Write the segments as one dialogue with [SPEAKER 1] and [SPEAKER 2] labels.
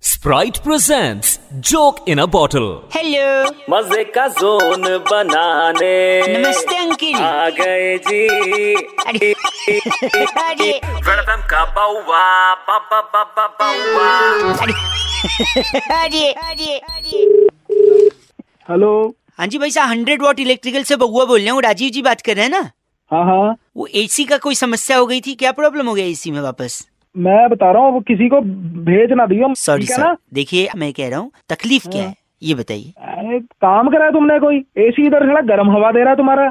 [SPEAKER 1] Sprite presents Joke in a Bottle.
[SPEAKER 2] Hello
[SPEAKER 3] मजे का zone बनाने
[SPEAKER 2] नमस्ते अंकिल
[SPEAKER 3] आ गए जी
[SPEAKER 2] अरे अरे
[SPEAKER 3] वेलकम का बउआ बाबा बाबा बउआ
[SPEAKER 2] अरे अरे
[SPEAKER 4] हेलो
[SPEAKER 2] हाँ जी भाई साहब हंड्रेड वॉट इलेक्ट्रिकल से बगुआ बोल रहा हूँ राजीव जी बात कर रहे हैं ना
[SPEAKER 4] हाँ हाँ
[SPEAKER 2] वो एसी का कोई समस्या हो गई थी क्या प्रॉब्लम हो गया एसी में वापस
[SPEAKER 4] मैं बता रहा हूँ वो किसी को भेज ना दियो
[SPEAKER 2] सॉरी
[SPEAKER 4] ठीक है
[SPEAKER 2] सर
[SPEAKER 4] ना
[SPEAKER 2] देखिए मैं कह रहा हूँ तकलीफ क्या है ये बताइए
[SPEAKER 4] अरे काम करा है तुमने कोई एसी इधर थोड़ा गर्म हवा दे रहा है तुम्हारा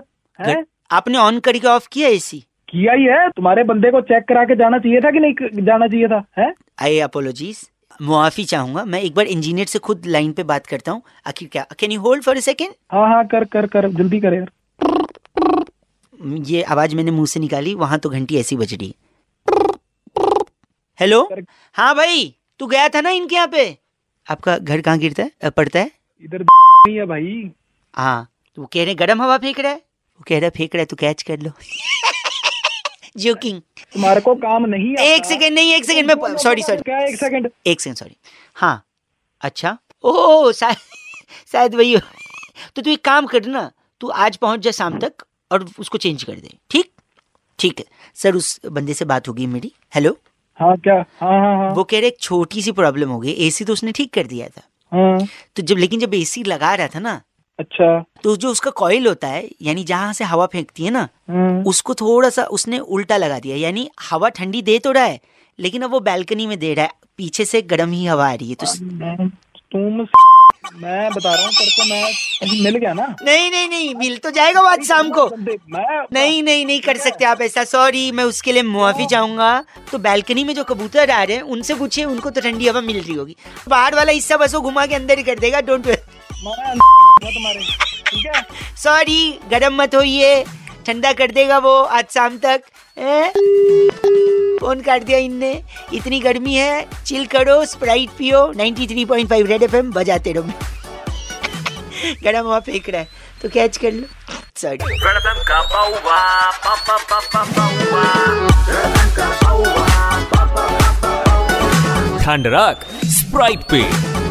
[SPEAKER 4] है
[SPEAKER 2] गट- आपने ऑन करके ऑफ किया एसी
[SPEAKER 4] किया ही है तुम्हारे बंदे को चेक करा के जाना चाहिए था कि नहीं क- जाना चाहिए था है
[SPEAKER 2] आई अपोलोजीज मुआफी चाहूंगा मैं एक बार इंजीनियर से खुद लाइन पे बात करता हूँ आखिर क्या can you hold for a second
[SPEAKER 4] हाँ हाँ कर कर कर जल्दी कर यार
[SPEAKER 2] ये आवाज मैंने मुंह से निकाली वहां तो घंटी ऐसी बज रही हेलो हाँ भाई तू गया था ना इनके यहाँ पे आपका घर कहाँ गिरता है अ, पड़ता है
[SPEAKER 4] इधर नहीं है भाई
[SPEAKER 2] हाँ तो वो कह रहे हैं, गरम हवा फेंक रहा है वो कह रहा है, फेंक रहा है तो कैच कर लो जोकिंग
[SPEAKER 4] तुम्हारे को काम नहीं आता।
[SPEAKER 2] एक सेकंड नहीं एक सेकंड मैं सॉरी
[SPEAKER 4] क्या
[SPEAKER 2] सॉरी
[SPEAKER 4] एक सेकंड
[SPEAKER 2] एक सेकंड सॉरी हाँ अच्छा ओह शायद शायद वही हो तो तू एक काम कर ना तू आज पहुंच जा शाम तक और उसको चेंज कर दे ठीक ठीक है सर उस बंदे से बात होगी मेरी हेलो
[SPEAKER 4] हाँ क्या हाँ हाँ हाँ
[SPEAKER 2] वो कह रहे एक छोटी सी प्रॉब्लम हो गई एसी तो उसने ठीक कर दिया था
[SPEAKER 4] हाँ
[SPEAKER 2] तो जब लेकिन जब एसी लगा रहा था ना
[SPEAKER 4] अच्छा
[SPEAKER 2] तो जो उसका कॉइल होता है यानी जहां से हवा फेंकती है ना
[SPEAKER 4] हम्म,
[SPEAKER 2] उसको थोड़ा सा उसने उल्टा लगा दिया यानी हवा ठंडी दे तो रहा है लेकिन अब वो बैल्कनी में दे रहा है पीछे से गर्म ही हवा आ रही है तो स-
[SPEAKER 4] मैं- हाँ, तुम मैं बता रहा हूँ तेरे को मैं मिल गया ना
[SPEAKER 2] नहीं नहीं नहीं मिल तो जाएगा वो आज शाम को
[SPEAKER 4] बंदे, मैं
[SPEAKER 2] नहीं नहीं नहीं कर सकते आप ऐसा सॉरी मैं उसके लिए मुआफी चाहूंगा तो बैल्कनी में जो कबूतर आ रहे हैं उनसे पूछिए उनको तो ठंडी हवा मिल रही होगी बाहर वाला हिस्सा बस वो घुमा के अंदर ही कर देगा डोंट
[SPEAKER 4] मैं तुम्हारे ठीक है
[SPEAKER 2] सॉरी गर्म मत होइए ठंडा कर देगा वो आज शाम तक ए? फोन काट दिया इनने इतनी गर्मी है चिल करो स्प्राइट पियो 93.5 रेड एफएम बजाते रहो गर्म हवा फेंक रहा है तो कैच कर लो सॉरी
[SPEAKER 3] वेलकम का बउआ बाबा बाबा बउआ
[SPEAKER 1] ठंड रख स्प्राइट पे